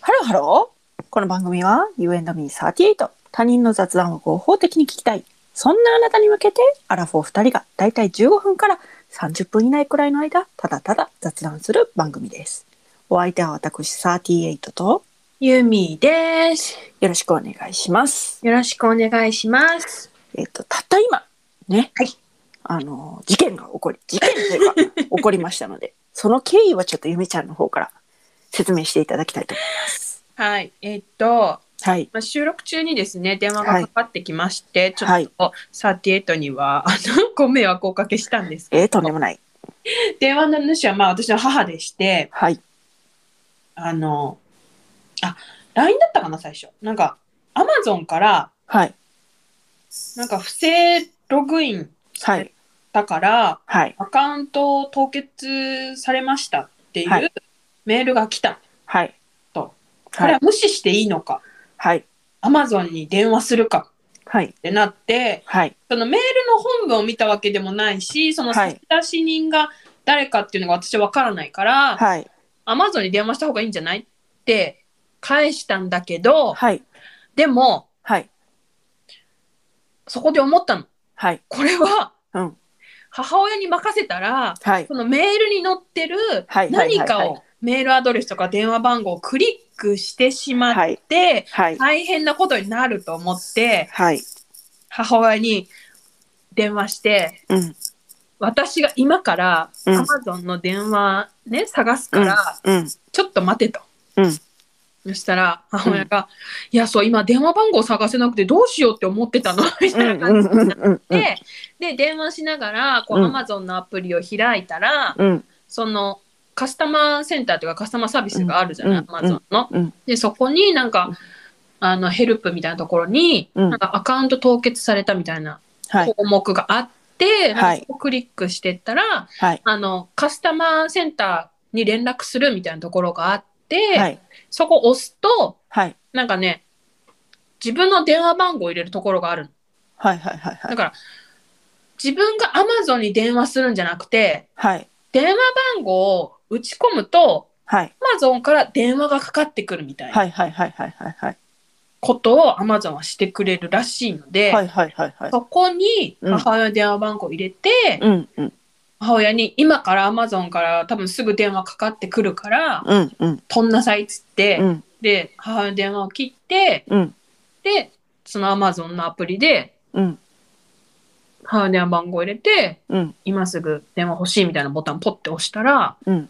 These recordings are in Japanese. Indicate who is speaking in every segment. Speaker 1: ハロー。この番組は You and me38。他人の雑談を合法的に聞きたい。そんなあなたに向けて、アラフォー二人がだいたい15分から30分以内くらいの間、ただただ雑談する番組です。お相手は私38と、
Speaker 2: ゆみです。
Speaker 1: よろしくお願いします。
Speaker 2: よろしくお願いします。
Speaker 1: えっ、と、たった今、ね。
Speaker 2: はい
Speaker 1: あの、事件が起こり、事件というか、起こりましたので、 その経緯はちょっとゆめちゃんの方から説明していただきたいと思います。
Speaker 2: はい、えっと、
Speaker 1: はい。
Speaker 2: まあ、収録中にですね、電話がかかってきまして、ちょ
Speaker 1: はい
Speaker 2: っと38には、あ の、ご迷惑をおかけしたんですけど、
Speaker 1: えー、とんでもない。
Speaker 2: 電話の主は、まあ、私の母でして、
Speaker 1: はい。
Speaker 2: あの、あ、LINE だったかな、最初。なんか、Amazon から、
Speaker 1: はい。
Speaker 2: なんか、不正ログイン
Speaker 1: は
Speaker 2: さ
Speaker 1: い
Speaker 2: れ。たから、
Speaker 1: はい。
Speaker 2: アカウントを凍結されましたってい
Speaker 1: は
Speaker 2: う
Speaker 1: い
Speaker 2: メールが来た。
Speaker 1: はい。
Speaker 2: とこ
Speaker 1: は。
Speaker 2: れはい無視していいのか。
Speaker 1: はい。
Speaker 2: アマゾンに電話するか
Speaker 1: はい
Speaker 2: っ。てなって
Speaker 1: はい。
Speaker 2: そのメールの本文を見たわけでもないしその
Speaker 1: は
Speaker 2: 差
Speaker 1: い
Speaker 2: 出人が誰かっていうのが私は分からないから、
Speaker 1: はい。
Speaker 2: アマゾンに電話した方がいいんじゃないって返したんだけど
Speaker 1: はい。
Speaker 2: でも
Speaker 1: はい。
Speaker 2: そこで思ったの
Speaker 1: はい。
Speaker 2: これは
Speaker 1: うん
Speaker 2: 母親に任せたら
Speaker 1: はい。
Speaker 2: そのメールに載ってる
Speaker 1: はい
Speaker 2: 何か
Speaker 1: はいはい
Speaker 2: をメールアドレスとか電話番号をクリックしてしま
Speaker 1: はい
Speaker 2: っ。て、
Speaker 1: はい。
Speaker 2: 大変なことになると思って
Speaker 1: はい。
Speaker 2: 母親に電話して
Speaker 1: うん。
Speaker 2: 私が今から
Speaker 1: う
Speaker 2: Amazon
Speaker 1: ん
Speaker 2: の電話ね探すから
Speaker 1: うん。
Speaker 2: ちょっと待てと。
Speaker 1: うん
Speaker 2: そしたら母親が「いやそう今電話番号探せなくてどうしようって思ってたの」み
Speaker 1: う
Speaker 2: たい
Speaker 1: ん。
Speaker 2: な
Speaker 1: う
Speaker 2: 感
Speaker 1: ん。
Speaker 2: じ
Speaker 1: う
Speaker 2: に
Speaker 1: ん
Speaker 2: なっ。
Speaker 1: うん。うん。
Speaker 2: てで電話しながらこう
Speaker 1: う
Speaker 2: Amazon
Speaker 1: ん
Speaker 2: のアプリを開いたら
Speaker 1: うん。
Speaker 2: そのカスタマーセンターというかカスタマーサービスがあるじゃない、
Speaker 1: うん
Speaker 2: Amazon の。
Speaker 1: うん
Speaker 2: でそこになん
Speaker 1: う
Speaker 2: かあのヘルプみたいなところに
Speaker 1: うん
Speaker 2: なんかアカウント凍結されたみたいな
Speaker 1: はい。
Speaker 2: 項目があって、
Speaker 1: はい
Speaker 2: そこをクリックしてったら
Speaker 1: はい。
Speaker 2: あのカスタマーセンターに連絡するみたいなところがあって、
Speaker 1: はい。
Speaker 2: そこを押すと
Speaker 1: はい。
Speaker 2: なんかね自分の電話番号を入れるところがあるの
Speaker 1: はい。はい。はい。は
Speaker 2: だ
Speaker 1: い。
Speaker 2: から自分が Amazon に電話するんじゃなくて
Speaker 1: はい。
Speaker 2: 電話番号を打ち込むと
Speaker 1: はい。
Speaker 2: Amazon から電話がかかってくるみたい
Speaker 1: は。
Speaker 2: ない
Speaker 1: はい。はい。はい。はい。はい。
Speaker 2: ことを Amazon はしてくれるらしいので、
Speaker 1: はい。はい。はい。はい。
Speaker 2: そこに
Speaker 1: うん
Speaker 2: 母親の電話番号を入れて、
Speaker 1: うん。うん。
Speaker 2: 母親に今から Amazon から多分すぐ電話かかってくるから
Speaker 1: うん。うん。
Speaker 2: 飛んなさいっつって、
Speaker 1: うん。
Speaker 2: で母親の電話を切って
Speaker 1: うん。
Speaker 2: でその Amazon のアプリで
Speaker 1: うん。
Speaker 2: 母親の電話番号を入れて
Speaker 1: うん。
Speaker 2: 今すぐ電話欲しいみたいなボタンポッて押したら
Speaker 1: うん。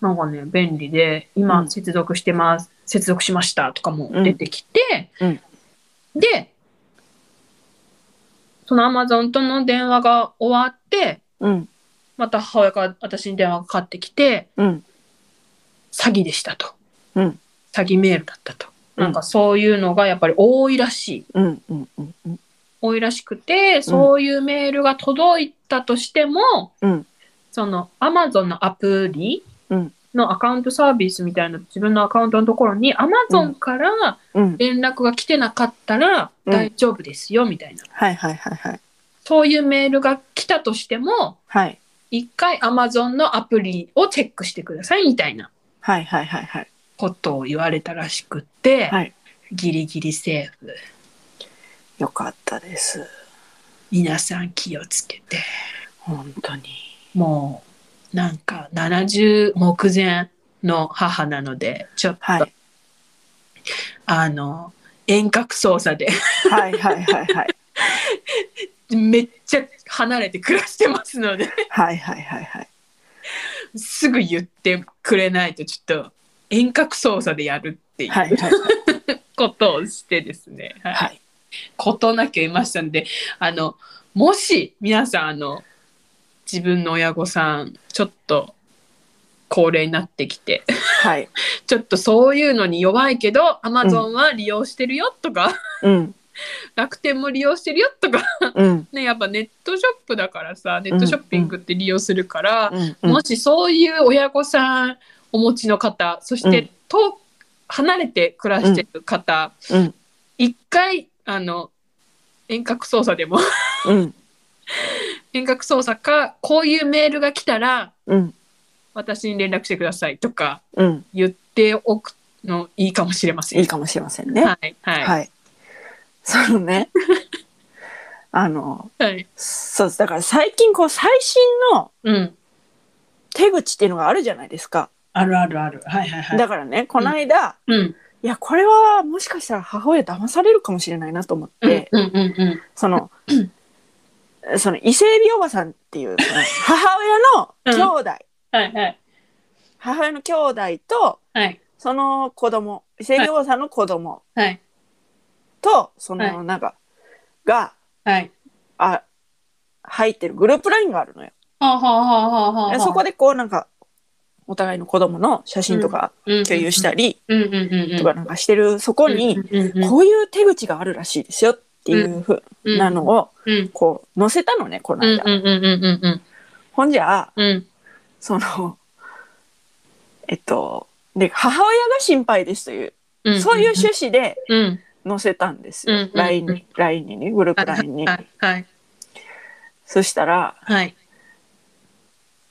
Speaker 2: なんかね便利で
Speaker 1: う
Speaker 2: 今
Speaker 1: ん
Speaker 2: 接続してます、接続しましたとかも出てきて、
Speaker 1: うん
Speaker 2: でその Amazon との電話が終わって
Speaker 1: うん。
Speaker 2: また母親から私に電話がかかってきて
Speaker 1: うん。
Speaker 2: 詐欺でしたと、
Speaker 1: うん
Speaker 2: 詐欺メールだったと、
Speaker 1: うん
Speaker 2: なんかそういうのがやっぱり多いらしい
Speaker 1: うん。うん。うん。うん。
Speaker 2: 多いらしくてそういうメールが届いたとしても、
Speaker 1: うん
Speaker 2: その Amazon のアプリ
Speaker 1: うん
Speaker 2: のアカウントサービスみたいな自分のアカウントのところに Amazon から
Speaker 1: うん。
Speaker 2: 連絡が来てなかったら
Speaker 1: うん
Speaker 2: 大丈夫ですよみたいな、
Speaker 1: はい。はい。はい。はい。
Speaker 2: そういうメールが来たとしても
Speaker 1: はい。
Speaker 2: 一回 Amazon のアプリをチェックしてくださいみたいな
Speaker 1: はい。はい。はい。はい。
Speaker 2: ことを言われたらしくって、
Speaker 1: はい
Speaker 2: ギリギリセーフ
Speaker 1: よかったです。
Speaker 2: 皆さん気をつけて
Speaker 1: 本当に。
Speaker 2: もうなんか70目前の母なのでちょっと、
Speaker 1: はい。
Speaker 2: あの遠隔操作で
Speaker 1: はい。はい。はい。はい。
Speaker 2: めっちゃ離れて暮らしてますので
Speaker 1: はいはいはいはい。
Speaker 2: すぐ言ってくれないとちょっと遠隔操作でやるっていう
Speaker 1: はいはい
Speaker 2: ことをしてですね、はい
Speaker 1: はい。
Speaker 2: ことなきゃいましたのであのもし皆さんあの自分の親御さんちょっと高齢になってきて
Speaker 1: はい。
Speaker 2: ちょっとそういうのに弱いけど Amazon は利用してるよとか、
Speaker 1: うん。
Speaker 2: 楽天も利用してるよとか、
Speaker 1: うん。
Speaker 2: ね、やっぱネットショップだからさネットショッピングって利用するから、
Speaker 1: うん。
Speaker 2: もしそういう親御さんお持ちの方そして、
Speaker 1: うん
Speaker 2: 遠離れて暮らしてる方、
Speaker 1: うん。
Speaker 2: 一回あの遠隔操作でも
Speaker 1: うん。
Speaker 2: 遠隔操作かこういうメールが来たら
Speaker 1: うん。
Speaker 2: 私に連絡してくださいとか
Speaker 1: うん。
Speaker 2: 言っておくのいいかもしれません。
Speaker 1: いいかもしれませんね。は
Speaker 2: はい
Speaker 1: い。
Speaker 2: はい
Speaker 1: そのね、あの、
Speaker 2: はい。
Speaker 1: そうです。だから最近こう最新の
Speaker 2: うん。
Speaker 1: 手口っていうのがあるじゃないですか。
Speaker 2: あるあるある。はいはいはい。
Speaker 1: だからね、この間、
Speaker 2: うん。
Speaker 1: いや、これはもしかしたら母親騙されるかもしれないなと思っ
Speaker 2: う
Speaker 1: て、
Speaker 2: んうんうん
Speaker 1: その、その伊勢海老おばさんっていう、その母親の兄弟、
Speaker 2: うん。はいはい。
Speaker 1: 母親の兄弟と、
Speaker 2: はい。
Speaker 1: その子供、伊勢海老おばさんの子供
Speaker 2: はい。
Speaker 1: と、そ
Speaker 2: は
Speaker 1: の、なんか、が、
Speaker 2: はい。
Speaker 1: あ、入ってるグループラインがあるのよ。
Speaker 2: はあはあはあはあはあ。
Speaker 1: でそこでこう、なんか、お互いの子供の写真とか
Speaker 2: で
Speaker 1: 共有した
Speaker 2: り
Speaker 1: り
Speaker 2: うんうんうんうん。
Speaker 1: とかなんかしてる、そこに、
Speaker 2: うんうん
Speaker 1: こういう手口があるらしいですよっていうふう
Speaker 2: うん
Speaker 1: なのを、
Speaker 2: うん
Speaker 1: こう、載せたのね、この
Speaker 2: うん
Speaker 1: 間。
Speaker 2: うんうんうんうんうん
Speaker 1: ほんじゃあ、
Speaker 2: うん
Speaker 1: その、えっと、で、母親が心配ですという、
Speaker 2: うん
Speaker 1: そういう趣旨で
Speaker 2: うん
Speaker 1: 載せたんです
Speaker 2: う
Speaker 1: よ
Speaker 2: ん。
Speaker 1: LINE に、LINE にね、グループ LINE に
Speaker 2: は。いはい
Speaker 1: そしたら、
Speaker 2: はい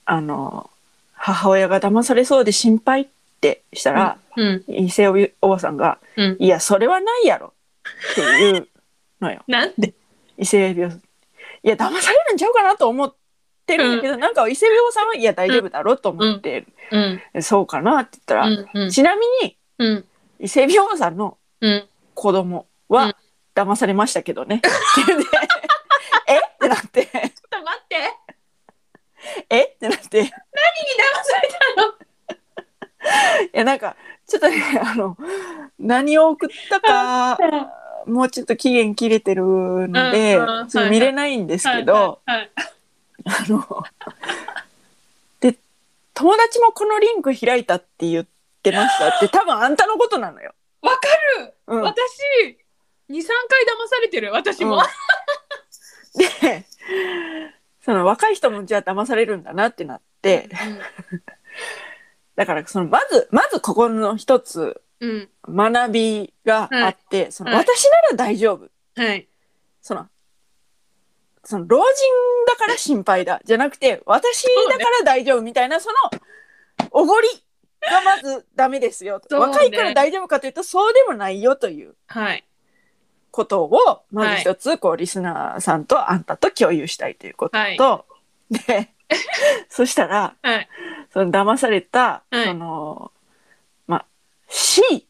Speaker 1: あの、母親が騙されそうで心配ってしたら、
Speaker 2: うん
Speaker 1: 伊勢尾おばさんが、
Speaker 2: うん
Speaker 1: いや、それはないやろっていうの よ。
Speaker 2: なんで
Speaker 1: 伊勢尾、いや、騙されるんちゃうかなと思ってるんだけど、なんか伊勢尾さんは、いや、大丈夫だろうと思って、
Speaker 2: うん
Speaker 1: そうかなって言った
Speaker 2: う
Speaker 1: ら、
Speaker 2: んうん
Speaker 1: ちなみに、
Speaker 2: うん
Speaker 1: 伊勢美おばさんの
Speaker 2: うん
Speaker 1: 子供
Speaker 2: う
Speaker 1: は
Speaker 2: ん
Speaker 1: 騙されましたけどね。って言って えってなって、
Speaker 2: ちょっと待って
Speaker 1: えってなって、い
Speaker 2: 騙され た
Speaker 1: やなんか、ちょっとね、あの、何を送ったか、もうちょっと期限切れてるので、
Speaker 2: うんうん
Speaker 1: ちょっと見れないんですけど、
Speaker 2: はいはい
Speaker 1: あの、 で、友達もこのリンク開いたって言ってました って、多分あんたのことなのよ。
Speaker 2: わかる
Speaker 1: うん。
Speaker 2: 私二三回騙されてる私
Speaker 1: う
Speaker 2: も
Speaker 1: んで その若い人もじゃあ騙されるんだなってなってだからそのまずまずここの一つ
Speaker 2: うん
Speaker 1: 学びがあって、その
Speaker 2: はい
Speaker 1: 私なら大丈夫
Speaker 2: はい
Speaker 1: そのその老人だから心配だじゃなくて私だから大丈夫みたいなそのおごりがまずダメですよと、
Speaker 2: そうね
Speaker 1: 若いから大丈夫かというとそうでもないよという
Speaker 2: はい
Speaker 1: ことをまず一つこうリスナーさんとあんたと共有したいということと、でそしたら
Speaker 2: はい
Speaker 1: その騙された、
Speaker 2: はい
Speaker 1: そのま C、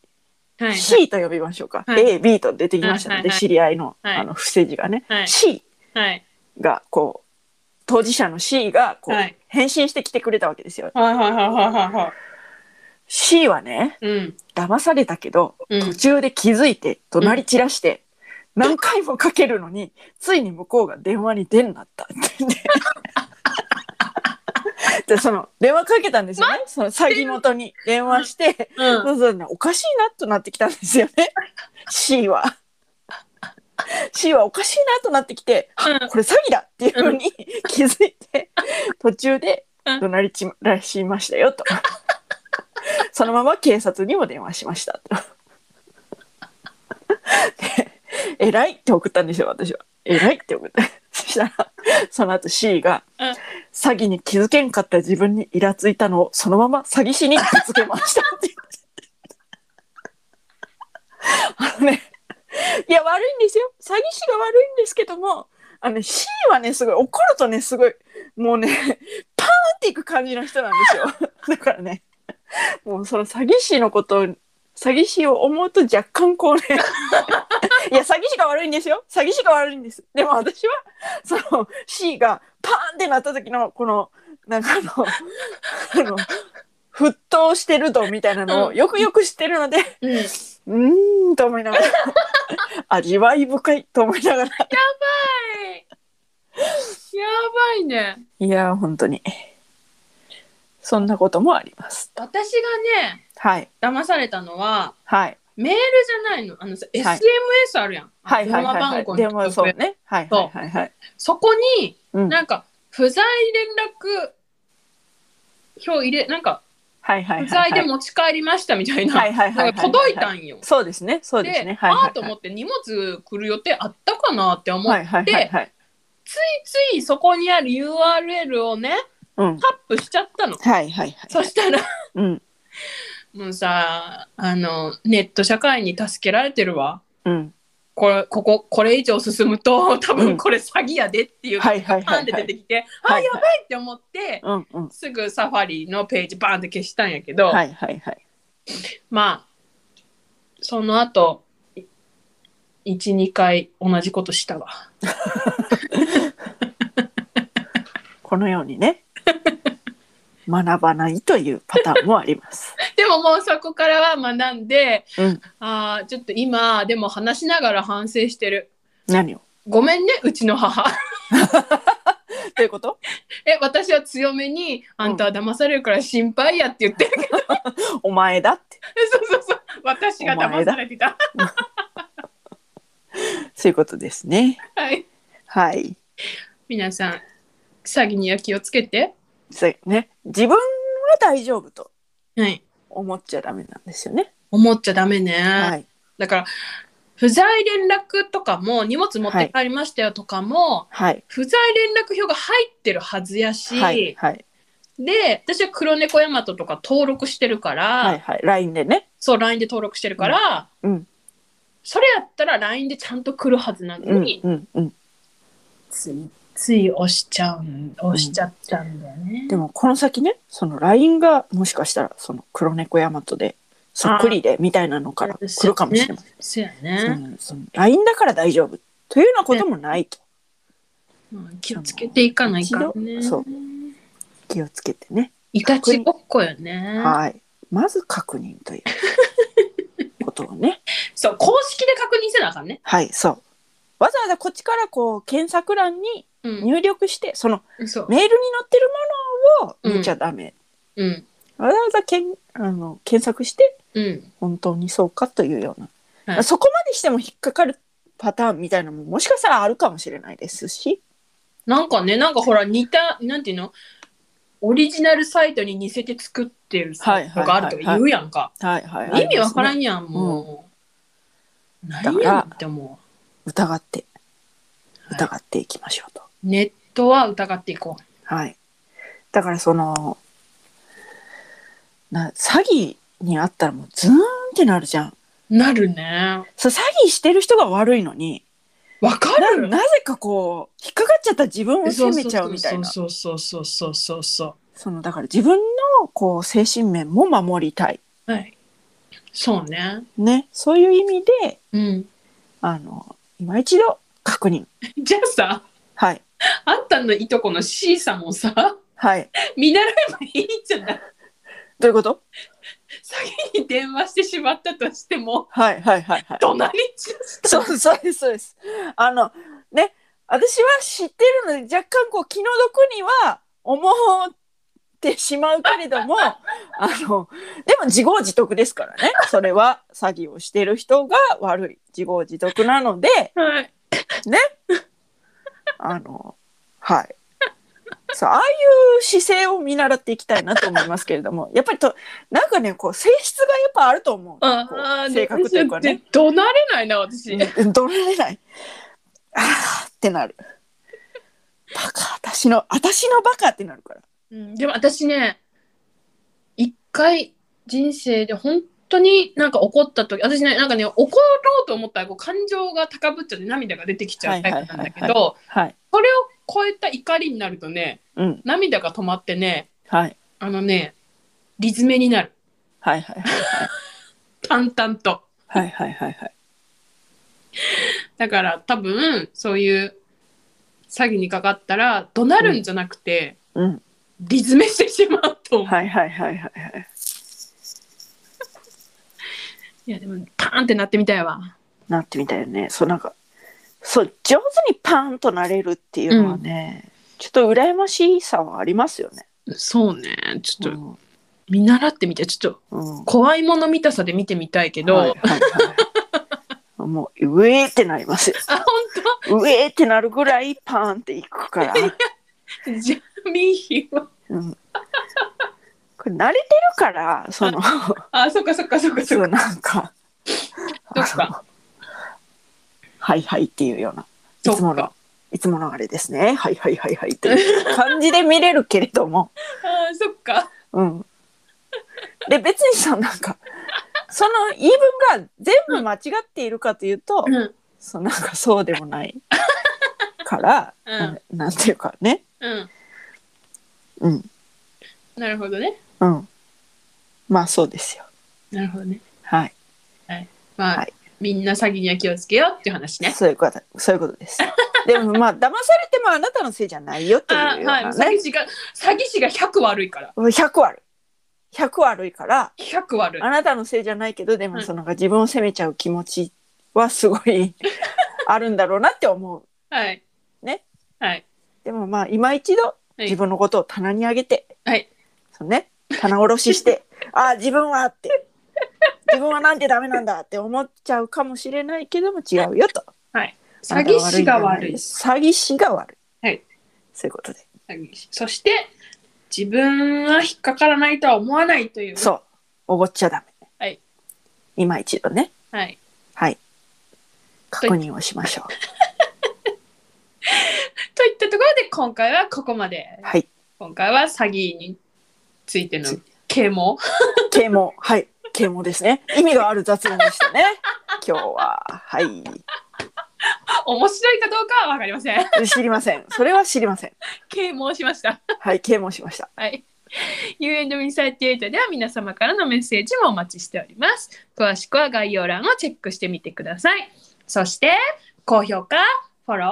Speaker 2: はい
Speaker 1: C と呼びましょうか、
Speaker 2: はい
Speaker 1: A、B と出てきましたので、
Speaker 2: はいはいはい
Speaker 1: 知り合いの,、
Speaker 2: はい
Speaker 1: あの不正字がね、
Speaker 2: はい
Speaker 1: C
Speaker 2: はい
Speaker 1: がこう当事者の C がこう、
Speaker 2: はい
Speaker 1: 返信してきてくれたわけですよ。
Speaker 2: はいはいはいはいはいは
Speaker 1: C はね
Speaker 2: いうん
Speaker 1: 騙されたけど
Speaker 2: うん
Speaker 1: 途中で気づいて怒鳴り散らして、何回もかけるのについに向こうが電話に出んな ったって言ってでその電話かけたんですよねその詐欺元に電話して、
Speaker 2: うん
Speaker 1: そうそうねおかしいなとなってきたんですよね C は。C はおかしいなとなってきて、
Speaker 2: うん
Speaker 1: これ詐欺だっていうふうに気づいて途中で
Speaker 2: うん
Speaker 1: 怒鳴り散らしましたよとそのまま警察にも電話しましたとで偉いって送ったんですよ私は偉いって送ったそしたらその後 C が
Speaker 2: うん
Speaker 1: 詐欺に気づけんかった自分にイラついたのをそのまま詐欺師にぶつけましたって言ってあのねいや悪いんですよ詐欺師が悪いんですけどもあのね C はねすごい怒るとねすごいもうね パーンっていく感じの人なんですよ だからねもうその詐欺師のことを詐欺師を思うと若干こうね いや詐欺師が悪いんですよ詐欺師が悪いんですでも私はその C がパーンってなった時のこのなんかあの あの沸騰してる度みたいなのをよくよく知ってるので
Speaker 2: うん
Speaker 1: うーんと思いながら 味わい深いと思いながら
Speaker 2: はいやばいね。
Speaker 1: いやー本当にそんなこともあります
Speaker 2: 私がね、
Speaker 1: はい
Speaker 2: 騙されたのは、
Speaker 1: はい
Speaker 2: メールじゃないの。あのさ、
Speaker 1: はい
Speaker 2: SMS あるやん。
Speaker 1: はいはい
Speaker 2: 電話
Speaker 1: は
Speaker 2: 番
Speaker 1: いは
Speaker 2: 号
Speaker 1: い
Speaker 2: に
Speaker 1: でもそうねはいは
Speaker 2: そ
Speaker 1: いうはいはい
Speaker 2: そこに、
Speaker 1: うん
Speaker 2: なんか、不在連絡表入れ、なんか、
Speaker 1: はいはい
Speaker 2: 不
Speaker 1: は
Speaker 2: 在
Speaker 1: い
Speaker 2: で
Speaker 1: はい
Speaker 2: 持ち帰りましたみたいな。
Speaker 1: はいはいはいはい
Speaker 2: なんか届いたんよ。
Speaker 1: そうですねそうですね
Speaker 2: で、
Speaker 1: はい
Speaker 2: あ
Speaker 1: は
Speaker 2: あ
Speaker 1: い
Speaker 2: と
Speaker 1: はい
Speaker 2: 思って荷物来る予定あったかなって思っ
Speaker 1: はいはいはいはい
Speaker 2: ついそこにある URL をね、
Speaker 1: うん
Speaker 2: タップしちゃったの。
Speaker 1: はいはいはい
Speaker 2: そしたら、
Speaker 1: うん
Speaker 2: もうさあのネット社会に助けられてるわ
Speaker 1: うん。
Speaker 2: これこここれ以上進むと多分これ詐欺やでっていう、
Speaker 1: はいはい
Speaker 2: パ
Speaker 1: は
Speaker 2: ンっ
Speaker 1: い、
Speaker 2: て
Speaker 1: は
Speaker 2: 出て
Speaker 1: い。
Speaker 2: きて、
Speaker 1: はい
Speaker 2: あやばいって思って、
Speaker 1: うんうん。
Speaker 2: すぐサファリのページバーンって消したんやけど、
Speaker 1: はいはいはい。
Speaker 2: まあその後12回同じことしたわ
Speaker 1: このようにね。学ばないというパターンもあります。
Speaker 2: でももうそこからは学んで
Speaker 1: うん。
Speaker 2: あーちょっと今でも話しながら反省してる
Speaker 1: 何 を
Speaker 2: ごめんねうちの母
Speaker 1: ということ
Speaker 2: え私は強めにあんたは騙されるから心配やって言 ってるけど、
Speaker 1: お前だって。
Speaker 2: そうそうそう私が騙されてた
Speaker 1: そういうことですね。
Speaker 2: はい
Speaker 1: はい。
Speaker 2: 皆さん詐欺には気をつけて
Speaker 1: そうね。自分は大丈夫と
Speaker 2: はい
Speaker 1: 思っちゃダメなんですよね。
Speaker 2: 思っちゃダメね、
Speaker 1: はい。
Speaker 2: だから不在連絡とかも荷物持って帰りましたよとかも、
Speaker 1: はい。
Speaker 2: 不在連絡票が入ってるはずやし、
Speaker 1: はい。はい。
Speaker 2: で私は黒猫大和とか登録してるから、
Speaker 1: はい。はい。LINE でね。
Speaker 2: そう LINE で登録してるから、
Speaker 1: うんうん
Speaker 2: それやったら LINE でちゃんと来るはずな
Speaker 1: う
Speaker 2: の
Speaker 1: ん
Speaker 2: に、
Speaker 1: うんうん。
Speaker 2: ついつい押しちゃうん押しちゃったんだよね。
Speaker 1: でもこの先ね、その LINE がもしかしたらその黒猫大和でそっくりでみたいなのから来るかもしれませ
Speaker 2: そうや
Speaker 1: ん。
Speaker 2: ね、
Speaker 1: うんその LINE だから大丈夫というようなこともないと
Speaker 2: まあ気をつけていかないからね
Speaker 1: 一度そう気をつけてね。
Speaker 2: いたちごっこよね
Speaker 1: はい。まず確認ということを ね。
Speaker 2: そう公式で確認せなあかんね、
Speaker 1: はい、そう。わざわざこっちからこう検索欄に
Speaker 2: う
Speaker 1: 入力して、その
Speaker 2: ん、そう
Speaker 1: メールに載ってるものを見ちゃダメ。
Speaker 2: うん
Speaker 1: わざわざけんあの検索して
Speaker 2: うん
Speaker 1: 本当にそうかというような、
Speaker 2: はい
Speaker 1: そこまでしても引っかかるパターンみたいなのももしかしたらあるかもしれないですし、
Speaker 2: なんかねなんかほら似たなんていうのオリジナルサイトに似せて作ってるサイトがあるとか言うやんか、
Speaker 1: はいは
Speaker 2: 意味わから
Speaker 1: ん
Speaker 2: んやん、もう、
Speaker 1: だ
Speaker 2: 何
Speaker 1: から
Speaker 2: やんって思
Speaker 1: 疑って
Speaker 2: い
Speaker 1: 疑っていきましょうと
Speaker 2: うネットは疑っていこう
Speaker 1: はい、だからそのな詐欺にあったらもうズーンってなるじゃん
Speaker 2: なるね
Speaker 1: そう詐欺してる人が悪いのに
Speaker 2: わか
Speaker 1: な
Speaker 2: る
Speaker 1: なぜかこう引っかかっちゃった自分を責めちゃうみたいな
Speaker 2: そうそうそうそうそうそう
Speaker 1: そのだから自分のこう精神面も守りたい
Speaker 2: そうはいそうね
Speaker 1: ねそういう意味で
Speaker 2: うん
Speaker 1: あの、今一度確認。
Speaker 2: じゃあさ
Speaker 1: はい。
Speaker 2: あんたのいとこの C さんもさ
Speaker 1: はい。
Speaker 2: 見習えばいいんじゃない
Speaker 1: どういうこと
Speaker 2: 詐欺に電話してしまったとしても
Speaker 1: はいはいはいはい。
Speaker 2: 怒鳴り散らした
Speaker 1: そうそうです、そうです。あの、ね、私は知ってるので、若干こう、気の毒には思ってしまうけれども、 あの、でも自業自得ですからね。それは詐欺をしてる人が悪い。自業自得なので、
Speaker 2: はい
Speaker 1: あの、はい。そう、ああいう姿勢を見習っていきたいなと思いますけれども、やっ ぱりと、なんかね、こう、性質がやっぱあると思う。
Speaker 2: あ
Speaker 1: こう
Speaker 2: あー
Speaker 1: 性格というかね。
Speaker 2: で怒鳴れないな私、
Speaker 1: うんどれれない。ああってなる。バカ、私の、私のバカってなるから。
Speaker 2: うんでも私ね一回人生で本当になんか怒った時私ねなんかね怒ろうと思ったらこう感情が高ぶっちゃって涙が出てきちゃうタイプなんだけ
Speaker 1: はいはいはい
Speaker 2: ど
Speaker 1: はい。
Speaker 2: それを超えた怒りになるとね
Speaker 1: うん。
Speaker 2: 涙が止まってね
Speaker 1: はい。
Speaker 2: あのねリズメになる
Speaker 1: はいはい
Speaker 2: 淡々と
Speaker 1: はい。はいはいはいはい。
Speaker 2: だから多分そういう詐欺にかかったら怒鳴るんじゃなくて、
Speaker 1: うん。
Speaker 2: リズメしてしまうと思う
Speaker 1: はいはいはいはいはい。
Speaker 2: いやでもパーンってなってみたいわ。
Speaker 1: なってみたいよね。そうなんか、そう、上手にパーンとなれるっていうのはね、ちょっと羨ましさはありますよね。
Speaker 2: そうね。ちょっと
Speaker 1: ん。
Speaker 2: 見習ってみて、ちょっと
Speaker 1: うん。
Speaker 2: 怖いもの見たさで見てみたいけど、
Speaker 1: はいはいはい、もう、うえーってなりますよ。
Speaker 2: あ、本
Speaker 1: うえーってなるぐらいパーンっていくから。
Speaker 2: 当ジャミーヒは。
Speaker 1: うんこれ慣れてるからその
Speaker 2: あ、そっかそっかそっかそ
Speaker 1: そ
Speaker 2: っ
Speaker 1: う
Speaker 2: か。
Speaker 1: なんか
Speaker 2: そっか。
Speaker 1: はいはいっていうような
Speaker 2: そ
Speaker 1: い
Speaker 2: っ
Speaker 1: つも
Speaker 2: か
Speaker 1: の。いつものあれですねはいはい はいはいっていう感じで見れるけれども、
Speaker 2: あ、そっか。
Speaker 1: うん、で、別にさ、なんか、その言い分が全部間違っているかというと、
Speaker 2: うん
Speaker 1: そなんかそうでもない から、
Speaker 2: うん
Speaker 1: ななんていうかね、
Speaker 2: うん
Speaker 1: うん、
Speaker 2: なるほどね
Speaker 1: うん。まあそうですよ。
Speaker 2: なるほどね
Speaker 1: はい。
Speaker 2: まあ、
Speaker 1: はい
Speaker 2: みんな詐欺には気をつけようっていう話ね
Speaker 1: そういうこと、そういうことです。 でもまあ、騙されてもあなたのせいじゃないよという
Speaker 2: あ
Speaker 1: よう
Speaker 2: はい
Speaker 1: な
Speaker 2: 詐
Speaker 1: ね
Speaker 2: 欺。師が詐欺師が100悪いから
Speaker 1: 100悪い。100悪いから、
Speaker 2: 100悪い
Speaker 1: あなたのせいじゃないけど、でも
Speaker 2: うん
Speaker 1: そのなんか自分を責めちゃう気持ちはすごいあるんだろうなって思う。
Speaker 2: はい
Speaker 1: ね
Speaker 2: はい
Speaker 1: でもまあ今一度
Speaker 2: い
Speaker 1: 自分のことを棚に上げて、
Speaker 2: はい
Speaker 1: そうね、棚卸し して「ああ自分は」って「自分はなんてダメなんだ」って思っちゃうかもしれないけども違うよと
Speaker 2: 詐欺師が悪い
Speaker 1: 詐欺師が悪い、
Speaker 2: はい、
Speaker 1: そういうことで
Speaker 2: 詐欺師そして自分は引っかからないとは思わないという
Speaker 1: そうおごっちゃダメ、
Speaker 2: はい、
Speaker 1: 今一度ね
Speaker 2: はい
Speaker 1: はい確認をしましょ
Speaker 2: といったところで今回はここまで、
Speaker 1: うはい
Speaker 2: 今回は詐欺についての啓蒙
Speaker 1: 啓蒙はい啓蒙ですね意味がある雑談でしたね今日ははい
Speaker 2: 面白いかどうかは分かりません
Speaker 1: 知りませんそれは知りません
Speaker 2: 啓蒙しました
Speaker 1: はい啓蒙しました
Speaker 2: はい。You and Me 38では皆様からのメッセージもお待ちしております。詳しくは概要欄をチェックしてみてください。そして、高評価、フォロー、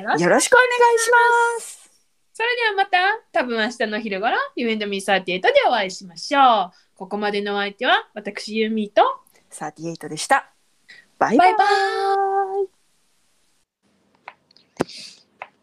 Speaker 2: よろしく。
Speaker 1: よろしくお願いします。
Speaker 2: それではまた、多分明日の昼頃、You and Me38 でお会いしましょう。ここまでのお相手は、私ユーミーと、
Speaker 1: 38でした。バイバイ。
Speaker 2: バイバーイ